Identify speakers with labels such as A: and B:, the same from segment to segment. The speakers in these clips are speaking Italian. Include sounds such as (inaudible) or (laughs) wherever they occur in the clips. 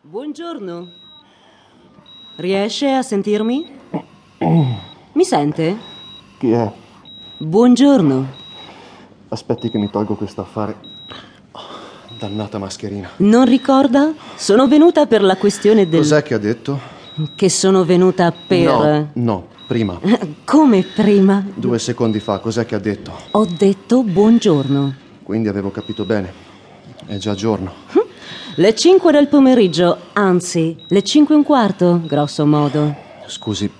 A: Buongiorno. Riesce a sentirmi? Mi sente?
B: Chi è?
A: Buongiorno.
B: Aspetti che mi tolgo questo affare. Oh, dannata mascherina.
A: Non ricorda? Sono venuta per la questione del...
B: Cos'è che ha detto?
A: Che sono venuta per...
B: No, no, prima.
A: (laughs) Come prima.
B: Due secondi fa, cos'è che ha detto?
A: Ho detto buongiorno.
B: Quindi avevo capito bene. È già giorno.
A: Le 5 del pomeriggio, anzi, le 5 e un quarto, grosso modo.
B: Scusi,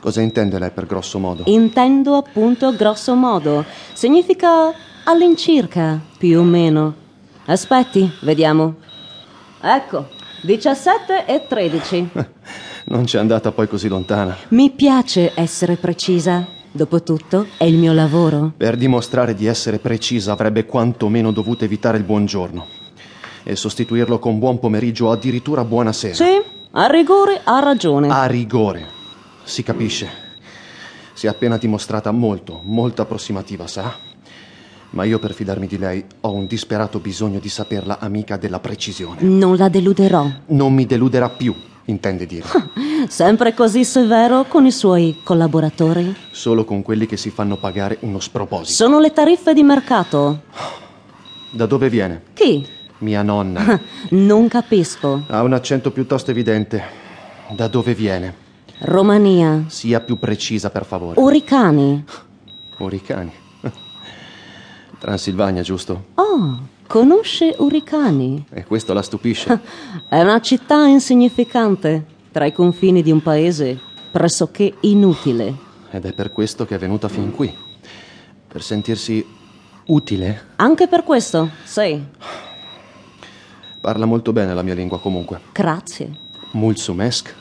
B: cosa intende lei per grosso modo? (laughs)
A: Intendo appunto grosso modo. Significa all'incirca, più o meno. Aspetti, vediamo. Ecco, 17 e 13.
B: Non c'è andata poi così lontana.
A: Mi piace essere precisa. Dopotutto è il mio lavoro.
B: Per dimostrare di essere precisa avrebbe quantomeno dovuto evitare il buongiorno e sostituirlo con buon pomeriggio o addirittura buonasera.
A: Sì, a rigore ha ragione.
B: A rigore. Si capisce. Si è appena dimostrata molto, molto approssimativa, sa? Ma io per fidarmi di lei ho un disperato bisogno di saperla amica della precisione.
A: Non la deluderò.
B: Non mi deluderà più, intende dire.
A: Sempre così severo con i suoi collaboratori?
B: Solo con quelli che si fanno pagare uno sproposito.
A: Sono le tariffe di mercato.
B: Da dove viene?
A: Chi? (laughs)
B: Mia nonna.
A: Non capisco.
B: Ha un accento piuttosto evidente. Da dove viene?
A: Romania.
B: Sia più precisa, per
A: Oh.
B: favore.
A: Uricani.
B: Oricani. (laughs) Transilvania, giusto?
A: Oh, conosce Uricani?
B: E questo la stupisce.
A: È una città insignificante tra i confini di un paese pressoché inutile.
B: Ed è per questo che è venuta fin qui. Per sentirsi utile.
A: Anche per questo, sì.
B: Parla molto bene la mia lingua comunque.
A: Grazie.
B: Mulțumesc.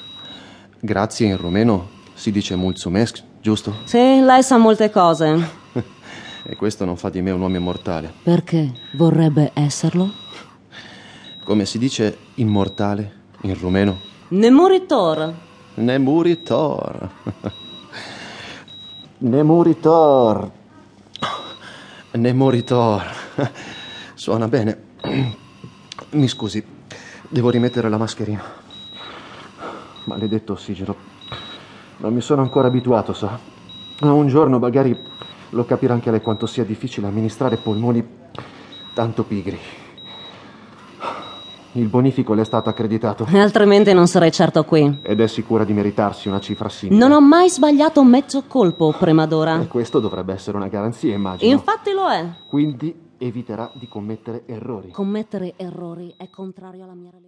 B: Grazie in rumeno si dice mulțumesc, giusto? (laughs)
A: Sì, lei sa molte cose.
B: E questo non fa di me un uomo immortale.
A: Perché vorrebbe esserlo?
B: Come si dice immortale in rumeno?
A: Nemuritor.
B: Nemuritor. Nemuritor. Nemuritor. Suona bene. (clears throat) Mi scusi, devo rimettere la mascherina. Maledetto ossigeno. Non mi sono ancora abituato, sa. Ma un giorno magari lo capirà anche lei quanto sia difficile amministrare polmoni tanto pigri. Il bonifico le è stato accreditato
A: Altrimenti non sarei certo qui.
B: ed è sicura di meritarsi una cifra simile.
A: Non ho mai sbagliato mezzo colpo prima d'ora.
B: E questo dovrebbe essere una garanzia, immagino.
A: Infatti lo è.
B: Quindi eviterà di commettere errori.
A: Commettere errori è contrario alla mia religione.